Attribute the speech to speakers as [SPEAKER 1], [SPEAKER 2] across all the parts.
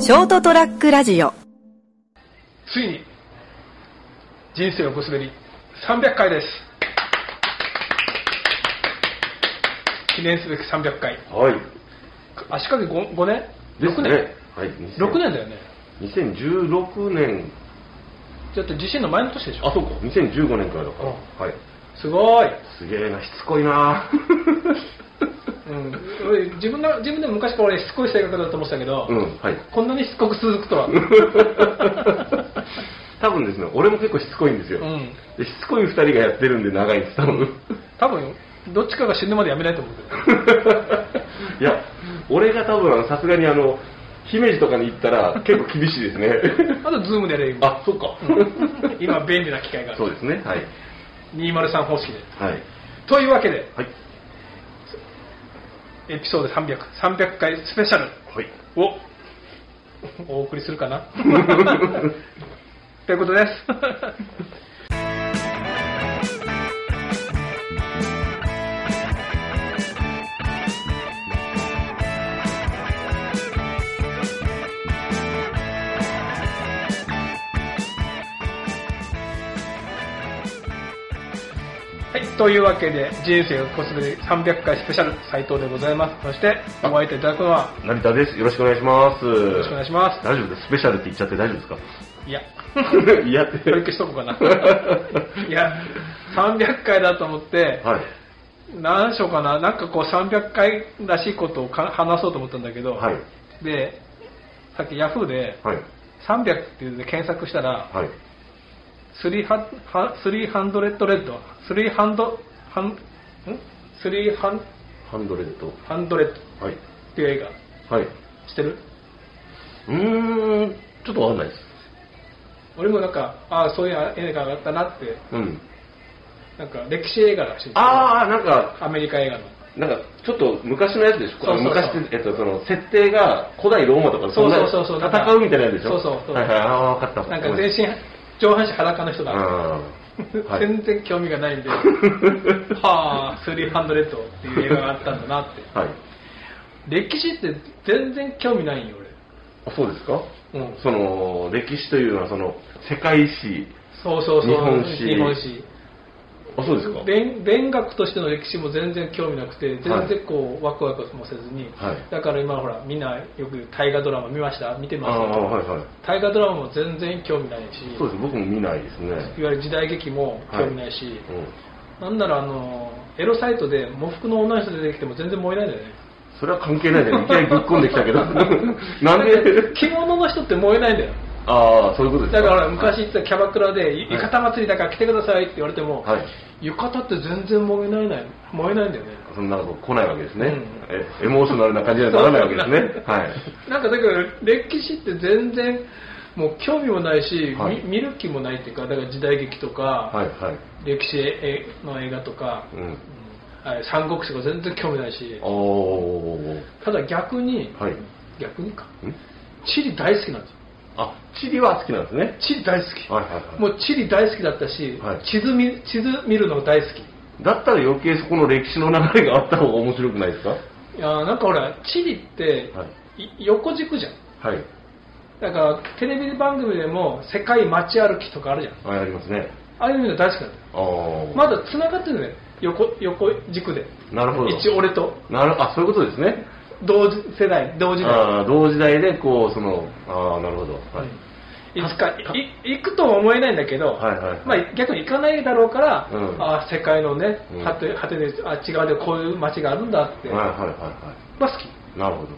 [SPEAKER 1] ショートトラックラジオ
[SPEAKER 2] ついに人生をぶすべり300回です記念すべき300回
[SPEAKER 3] はい。
[SPEAKER 2] 足掛け 5, 5年
[SPEAKER 3] です
[SPEAKER 2] 6年、。
[SPEAKER 3] ねはい。
[SPEAKER 2] 6年だよね
[SPEAKER 3] 年。2016年、
[SPEAKER 2] だって地震の前の年でしょ
[SPEAKER 3] あ、そうか。2015年からだから。
[SPEAKER 2] うん
[SPEAKER 3] はい。
[SPEAKER 2] すご い、
[SPEAKER 3] すげえな、しつこいな
[SPEAKER 2] うん、俺自分の自分でも昔から俺しつこい性格だと思ってたけど、
[SPEAKER 3] うん、はい。
[SPEAKER 2] こんなにしつこく続くと は
[SPEAKER 3] 多分ですね、俺も結構しつこいんですよ。
[SPEAKER 2] うん
[SPEAKER 3] でしつこい2人がやってるんで長いんです、多分。
[SPEAKER 2] 多分どっちかが死ぬまでやめないと思うけど
[SPEAKER 3] いや、俺が多分、さすがにあの、姫路とかに行ったら結構厳しいですね。
[SPEAKER 2] あとズームでやれば
[SPEAKER 3] あ、そうか。
[SPEAKER 2] 今便利な機械がある
[SPEAKER 3] そうですね、はい。
[SPEAKER 2] 203方式で
[SPEAKER 3] はい。
[SPEAKER 2] というわけで
[SPEAKER 3] はい。
[SPEAKER 2] エピソード300300回スペシャル
[SPEAKER 3] はい。
[SPEAKER 2] をお送りするかな ということですはい、というわけで人生をこすべり300回スペシャル斉藤でございますそしてお相手いただくのは
[SPEAKER 3] 成田です。よろしくお願いします。よ
[SPEAKER 2] よろしくお願いしま
[SPEAKER 3] 大丈夫です。スペシャルって言っちゃって大丈夫ですか
[SPEAKER 2] す。いや、
[SPEAKER 3] い やって。
[SPEAKER 2] これ消しとこうかな。いや、300回だと思って、
[SPEAKER 3] はい。
[SPEAKER 2] 何しようかな、なんかこう300回らしいことをか話そうと思ったんだけど、
[SPEAKER 3] はい。
[SPEAKER 2] で、さっきヤフーで
[SPEAKER 3] はい。
[SPEAKER 2] 300っていうので検索したら、
[SPEAKER 3] はい。
[SPEAKER 2] 300レッドレッド、300、ハン、ん ?300
[SPEAKER 3] ハンドレッド。
[SPEAKER 2] ハンドレッドっ
[SPEAKER 3] はい。
[SPEAKER 2] ていう映画、
[SPEAKER 3] はい。
[SPEAKER 2] 知ってる
[SPEAKER 3] うーん、ちょっとわかんないです。
[SPEAKER 2] 俺もなんか、ああ、そういう映画があったなって、
[SPEAKER 3] うん。
[SPEAKER 2] なんか歴史映画らしいんですよ
[SPEAKER 3] あー、なんか、
[SPEAKER 2] アメリカ映画の。
[SPEAKER 3] なんか、ちょっと昔のやつでしょ
[SPEAKER 2] そうそうそう
[SPEAKER 3] 昔って、えっと、その、設定が古代ローマとか、んな
[SPEAKER 2] そうそうそうそう
[SPEAKER 3] 戦うみたいなやつでしょ
[SPEAKER 2] そうそうそう
[SPEAKER 3] はいはい、あー、わかった。
[SPEAKER 2] なんか全身、上半身裸の人
[SPEAKER 3] 身
[SPEAKER 2] だ。
[SPEAKER 3] あー。はい。
[SPEAKER 2] 全然興味が ないんで、はあ、300っていう映画があったんだなって。
[SPEAKER 3] はい。
[SPEAKER 2] 歴史って全然興味ないんよ、
[SPEAKER 3] あそうですか
[SPEAKER 2] 俺。うん。
[SPEAKER 3] その、歴史というのは、その、世界史。
[SPEAKER 2] そうそうそう。
[SPEAKER 3] 日本史
[SPEAKER 2] 日本史。
[SPEAKER 3] あ、そうですか
[SPEAKER 2] 勉勉学としての歴史も全然興味なくて、全然こう、ワクワクもせずに、
[SPEAKER 3] はい
[SPEAKER 2] だから今ほら、みんなよく大河ドラマ見ました見てま
[SPEAKER 3] あー、
[SPEAKER 2] した
[SPEAKER 3] はいはい。
[SPEAKER 2] 大河ドラマも全然興味ないし、
[SPEAKER 3] そうです、僕も見ないですね。
[SPEAKER 2] いわゆる時代劇も興味ないし、
[SPEAKER 3] うん。
[SPEAKER 2] なんならあのエロサイトで喪服の女の人出てきても全然燃えないんだよね
[SPEAKER 3] それは関係ないじゃん。いきなりぶっ込んでき たけど。なん
[SPEAKER 2] だって
[SPEAKER 3] で
[SPEAKER 2] 着物の人って燃えないんだよ
[SPEAKER 3] ああ、そういうことです
[SPEAKER 2] だ
[SPEAKER 3] か。
[SPEAKER 2] から昔行ってたキャバクラで「
[SPEAKER 3] はい
[SPEAKER 2] 浴衣祭りだから来てください」って言われても、
[SPEAKER 3] はい。
[SPEAKER 2] 浴衣って全然燃えないない燃えないんだよね
[SPEAKER 3] そんなこと来ないわけですね。
[SPEAKER 2] うん
[SPEAKER 3] えエモーショナルな感じにはならないわけです ね。はい。
[SPEAKER 2] なんかだから歴史って全然もう興味もないし、
[SPEAKER 3] はい
[SPEAKER 2] み見る気もないっていうかだから時代劇とか、
[SPEAKER 3] はいはい。
[SPEAKER 2] 歴史えの映画とか、
[SPEAKER 3] うん。
[SPEAKER 2] うんあれ三国志とか全然興味ないし
[SPEAKER 3] おー。
[SPEAKER 2] ただ逆に、
[SPEAKER 3] はい。ん
[SPEAKER 2] 逆にかチリ大好きなんですよ
[SPEAKER 3] あ、チリは好きなんですね。
[SPEAKER 2] チリ大好き、
[SPEAKER 3] はいはいはい。
[SPEAKER 2] もうチリ大好きだったし、
[SPEAKER 3] はい
[SPEAKER 2] 地図見地図見るの大好き
[SPEAKER 3] だったら余計そこの歴史の流れがあった方が面白くないですか
[SPEAKER 2] いやーなんかほらチリって、
[SPEAKER 3] はい
[SPEAKER 2] 横軸じゃん
[SPEAKER 3] はい。
[SPEAKER 2] だからテレビ番組でも世界街歩きとかあるじゃん
[SPEAKER 3] あ、ありますね。
[SPEAKER 2] ああいうの大好きなんだよ
[SPEAKER 3] あー。
[SPEAKER 2] まだ繋がってるね横横軸で
[SPEAKER 3] なるほど。
[SPEAKER 2] 一応俺と
[SPEAKER 3] なるあ、そういうことですね。
[SPEAKER 2] 同時世代同時代
[SPEAKER 3] あー同時代で、こう、その、ああ、なるほど。はい。
[SPEAKER 2] いつかい行くとは思えないんだけど、
[SPEAKER 3] はいはいはい
[SPEAKER 2] まあ、逆に行かないだろうから、
[SPEAKER 3] うん
[SPEAKER 2] ああ世界のね
[SPEAKER 3] うん
[SPEAKER 2] 果て果てであっち側でこういう街があるんだって、
[SPEAKER 3] はいはいはいは
[SPEAKER 2] まあ好き
[SPEAKER 3] い。なるほど。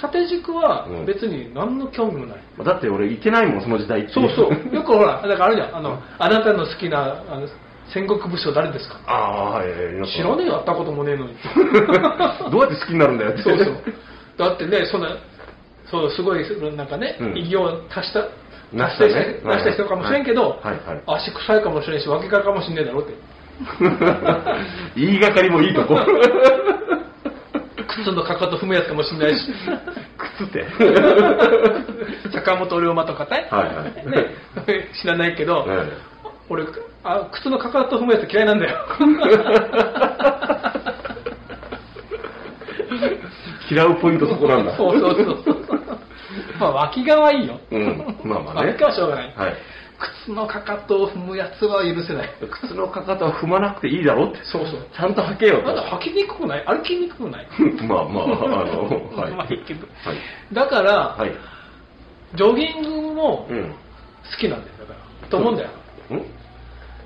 [SPEAKER 2] 縦軸は
[SPEAKER 3] うん
[SPEAKER 2] 別に何の興味もない、
[SPEAKER 3] まあだって俺行けないもん、その時代って。
[SPEAKER 2] そうそうよくほらだからあるじゃんあのあなたの好きなあの戦国武将誰ですか
[SPEAKER 3] あ あ、はいはいはい。
[SPEAKER 2] 知らねえよ会ったこともねえ のに
[SPEAKER 3] どうやって好きになるんだよって。
[SPEAKER 2] そうそうだってねそんなそうすごいなんかね、
[SPEAKER 3] うん
[SPEAKER 2] 偉業を達した
[SPEAKER 3] なしたね
[SPEAKER 2] 達成した人かもしれんけど、
[SPEAKER 3] はいはいはい
[SPEAKER 2] 足臭いかもしれんし脇からかもしんねえだろって
[SPEAKER 3] 言いがかりもいいとこ。
[SPEAKER 2] 靴のかかと踏むやつかもしんない し
[SPEAKER 3] 靴って。
[SPEAKER 2] 坂本龍馬とかね,、
[SPEAKER 3] はいはい
[SPEAKER 2] ね 知らないけど、
[SPEAKER 3] はい
[SPEAKER 2] 俺あ靴のかかと踏むやつ嫌いなんだよ
[SPEAKER 3] 嫌うポイントそこなんだ。
[SPEAKER 2] そうそうそうまあ脇がはいいよ。
[SPEAKER 3] うんまあまあね
[SPEAKER 2] 脇がはしょうがない。
[SPEAKER 3] はい。
[SPEAKER 2] 靴のかかとを踏むやつは許せない。
[SPEAKER 3] 靴のかかとは踏まなくていいだろって。
[SPEAKER 2] そうそう。
[SPEAKER 3] ちゃんと履けよ
[SPEAKER 2] あんた履きにくくない歩きにくくない
[SPEAKER 3] と。 まあまあ、あの、は い。
[SPEAKER 2] まあ結局
[SPEAKER 3] はい。
[SPEAKER 2] だから、
[SPEAKER 3] はい。
[SPEAKER 2] ジョギングも
[SPEAKER 3] う
[SPEAKER 2] 好
[SPEAKER 3] ん。
[SPEAKER 2] きなんだよ、だから。と思うんだよ。
[SPEAKER 3] うん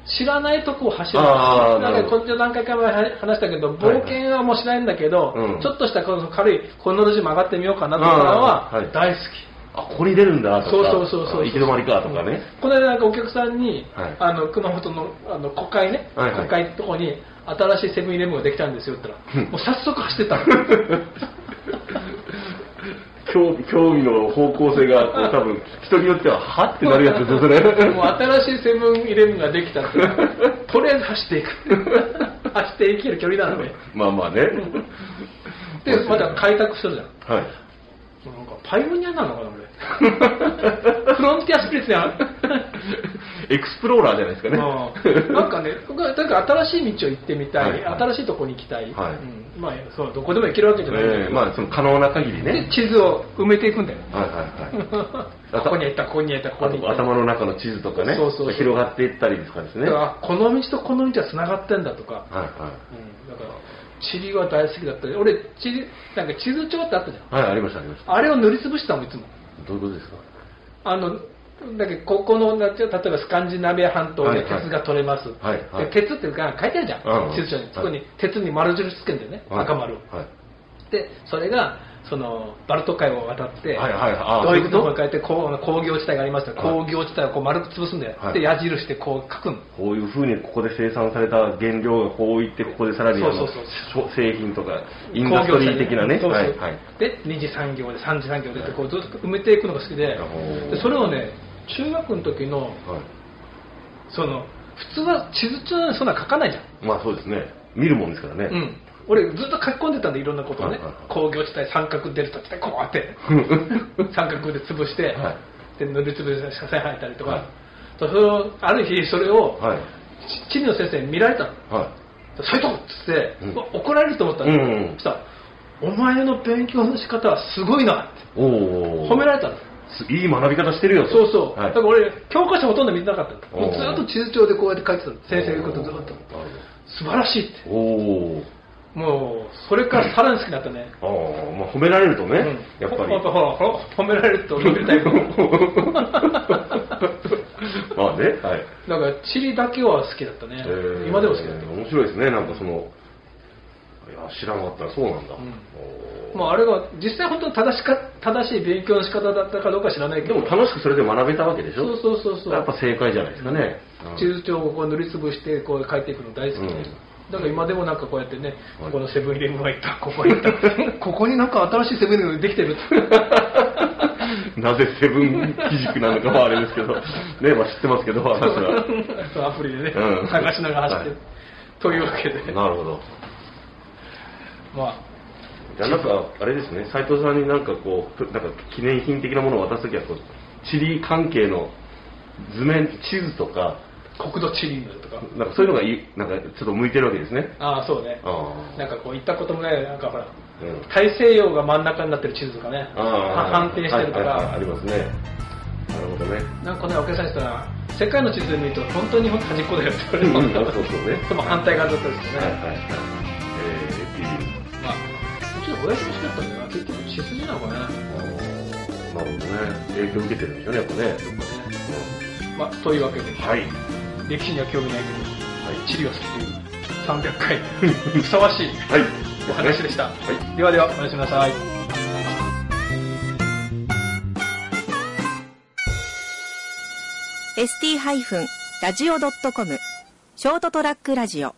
[SPEAKER 2] 知らないとこを走る。
[SPEAKER 3] あー
[SPEAKER 2] なん
[SPEAKER 3] なる
[SPEAKER 2] か
[SPEAKER 3] ほ
[SPEAKER 2] こ
[SPEAKER 3] ど
[SPEAKER 2] っちの何回か前に話したけど、
[SPEAKER 3] はい
[SPEAKER 2] 冒険はもうしないんだけど、
[SPEAKER 3] うん
[SPEAKER 2] ちょっとしたこの軽い、この路地曲がってみようかなとかは
[SPEAKER 3] あーはい
[SPEAKER 2] 大好き。
[SPEAKER 3] あ、ここに出るんだとか。
[SPEAKER 2] そうそうそうそう。
[SPEAKER 3] あ行き止まりかとかね。
[SPEAKER 2] この間なんかお客さんに、
[SPEAKER 3] はい
[SPEAKER 2] あの熊本のあの国会ね、
[SPEAKER 3] はいはい
[SPEAKER 2] 国会のとこに新しいセブンイレブンができたんですよって言ったら、
[SPEAKER 3] うん
[SPEAKER 2] もう早速走 ってたの。
[SPEAKER 3] 興味興味の方向性が、こう多分、人によっては、はってなるやつです ね。
[SPEAKER 2] もう新しいセブンイレブンができたって、 とりあえず走っていく。走っていける距離なので。
[SPEAKER 3] まあまあね。
[SPEAKER 2] で、また開拓するじゃん。
[SPEAKER 3] はい。
[SPEAKER 2] なんかパイオニアなのかな、俺。 フロンティアスピリッツやん。
[SPEAKER 3] エクスプローラーじゃないですかね。
[SPEAKER 2] うんなんかね、僕はなんか新しい道を行ってみたい、
[SPEAKER 3] はいはい
[SPEAKER 2] 新しいとこに行きたい、
[SPEAKER 3] はい
[SPEAKER 2] うんまあそう、どこでも行けるわけじゃないんだ
[SPEAKER 3] え
[SPEAKER 2] け
[SPEAKER 3] え
[SPEAKER 2] ど、
[SPEAKER 3] まあ、その可能な限り
[SPEAKER 2] で
[SPEAKER 3] ね。
[SPEAKER 2] 地図を埋めていくんだ よ。
[SPEAKER 3] はいはいはい。
[SPEAKER 2] ここに行った、ここに行った、ここ
[SPEAKER 3] あ
[SPEAKER 2] に行
[SPEAKER 3] と
[SPEAKER 2] った。
[SPEAKER 3] 頭の中の地図とかね
[SPEAKER 2] そうそうそう
[SPEAKER 3] 広がっていったりとかですね。
[SPEAKER 2] だから
[SPEAKER 3] は
[SPEAKER 2] あこの道とこの道はつながってんだとか
[SPEAKER 3] い、は
[SPEAKER 2] うん、だから地理は大好きだったり、俺地理、なんか地図帳ってあったじゃん。
[SPEAKER 3] い。はい、ありましたありました。
[SPEAKER 2] あれを塗りつぶしてたもん、いつも。
[SPEAKER 3] どういうことですか
[SPEAKER 2] あのだけどここのなんていう例えばスカンジナビア半島で
[SPEAKER 3] はいはい
[SPEAKER 2] 鉄が取れます、
[SPEAKER 3] はいはい
[SPEAKER 2] で鉄っていうか書いてあるじゃん、
[SPEAKER 3] うん
[SPEAKER 2] 地図書に、
[SPEAKER 3] はい
[SPEAKER 2] そこに鉄に丸印つけるんだよね、
[SPEAKER 3] はい
[SPEAKER 2] 赤丸を
[SPEAKER 3] はい。
[SPEAKER 2] でそれがそのバルト海を渡って、
[SPEAKER 3] はいはいあ
[SPEAKER 2] ドイ
[SPEAKER 3] そ
[SPEAKER 2] ツ
[SPEAKER 3] ういう
[SPEAKER 2] と
[SPEAKER 3] こと
[SPEAKER 2] かに帰ってこう工業地帯がありました、
[SPEAKER 3] はい
[SPEAKER 2] 工業地帯をこう丸く潰すんだよ、
[SPEAKER 3] はい
[SPEAKER 2] で矢印でこう書くの
[SPEAKER 3] こういうふうにここで生産された原料がこういって、ここでさらにあの
[SPEAKER 2] そうそう
[SPEAKER 3] 商製品とか、インダストリー的なね。
[SPEAKER 2] 工業地
[SPEAKER 3] は
[SPEAKER 2] 帯
[SPEAKER 3] い
[SPEAKER 2] で
[SPEAKER 3] はい。
[SPEAKER 2] で二次産業で三次産業でってこうずっと埋めていくのが好きで,、
[SPEAKER 3] ほう
[SPEAKER 2] でそれをね中学の時の
[SPEAKER 3] は
[SPEAKER 2] その普通は地図帳にそんな書かないじゃん
[SPEAKER 3] い。まあそうですね。見るもんですからね。
[SPEAKER 2] うん、俺ずっと書き込んでたんでいろんなことをね、
[SPEAKER 3] はいはいはい
[SPEAKER 2] 工業地帯三角デルタ地帯こうやって 三角で潰して、
[SPEAKER 3] は
[SPEAKER 2] で塗りつぶして車線入ったりとか、
[SPEAKER 3] はい
[SPEAKER 2] とそれをある日それを、
[SPEAKER 3] はい。
[SPEAKER 2] ち地理の先生に見られたの
[SPEAKER 3] は
[SPEAKER 2] 「そういうとこ!」っつって、
[SPEAKER 3] うん
[SPEAKER 2] うわ怒られると思ったの、
[SPEAKER 3] うんうん
[SPEAKER 2] そしたら「お前の勉強の仕方はすごいな」って
[SPEAKER 3] い。おお。
[SPEAKER 2] 褒められたの
[SPEAKER 3] すいい学び方してるよと
[SPEAKER 2] そうそう、
[SPEAKER 3] はい
[SPEAKER 2] だから俺教科書ほとんど見てなかったの
[SPEAKER 3] お
[SPEAKER 2] も
[SPEAKER 3] ー
[SPEAKER 2] うずっと地図帳でこうやって書いてたの先生の言うことずっと素晴らしいって
[SPEAKER 3] おおー。
[SPEAKER 2] もうそれからさらに好きになったね、
[SPEAKER 3] ああ、まあ褒められるとね、やっぱり
[SPEAKER 2] ほ。ほらほら褒められると言いたい
[SPEAKER 3] まあね、はい。
[SPEAKER 2] だからチリだけは好きだったね、今でも好きだっ
[SPEAKER 3] えー面白いですね、なんかその、いや、知らなかったらそうなんだ。
[SPEAKER 2] うん
[SPEAKER 3] おー
[SPEAKER 2] た、まあ、あれが実際本当に正しか正しい勉強の仕方だったかどうか知らないけ
[SPEAKER 3] で
[SPEAKER 2] ど
[SPEAKER 3] も楽しくそれで学べたわけでしょ
[SPEAKER 2] そうそうそうそう
[SPEAKER 3] やっぱ正解じゃないですかね。うん
[SPEAKER 2] 地図帳をこう塗りつぶしてこう書いていくの大好きで、
[SPEAKER 3] うん
[SPEAKER 2] だから今でもなんかこうやってね、
[SPEAKER 3] はい
[SPEAKER 2] ここのセブンイレブンは行った、ここは行った、ここになんか新しいセブンイレブンできて るって、
[SPEAKER 3] なぜセブン基軸なのかはあれですけ ど、ね、まあ知ってますけど、話は。
[SPEAKER 2] そう アプリでね、
[SPEAKER 3] うん
[SPEAKER 2] 探しながら走ってる、
[SPEAKER 3] はい
[SPEAKER 2] というわけで、
[SPEAKER 3] なるほど。
[SPEAKER 2] まあ、
[SPEAKER 3] じゃあなんかあれですね斉藤さんになんかこうなんか記念品的なものを渡すときはこう地理関係の図面地図とか
[SPEAKER 2] 国土地理のとか、
[SPEAKER 3] なんかそういうのがいいなんかちょっと向いてるわけですね
[SPEAKER 2] ああ、そうね。
[SPEAKER 3] ああ
[SPEAKER 2] なんかこう行ったこともない、なんかほら、
[SPEAKER 3] うん
[SPEAKER 2] 大西洋が真ん中になってる地図とかね、は
[SPEAKER 3] あ
[SPEAKER 2] 反
[SPEAKER 3] あ
[SPEAKER 2] 転してるとか、
[SPEAKER 3] はいはいはいありますねなるほどね
[SPEAKER 2] なんかね、お客さんにしたら、世界の地図で見ると、本当に日本端っこだよって言われ
[SPEAKER 3] うん
[SPEAKER 2] る
[SPEAKER 3] そうそうね
[SPEAKER 2] でも反対側だったですね、
[SPEAKER 3] はいはいはいえーっていう
[SPEAKER 2] まあ、うちの親父も好きだったんだよな、結局、血筋なのかな、
[SPEAKER 3] あーなるほどね影響受けてるんでしょうねやっぱ
[SPEAKER 2] まあ、
[SPEAKER 3] ね、
[SPEAKER 2] というわけで、
[SPEAKER 3] うんはいはい
[SPEAKER 2] 歴史には興味ないけど、地理は好きという、300回、 ふさわしい
[SPEAKER 3] はい
[SPEAKER 2] お話でした。
[SPEAKER 3] はい
[SPEAKER 2] ではでは、おやすみなさい。
[SPEAKER 1] ST-radio.com ショートトラックラジオ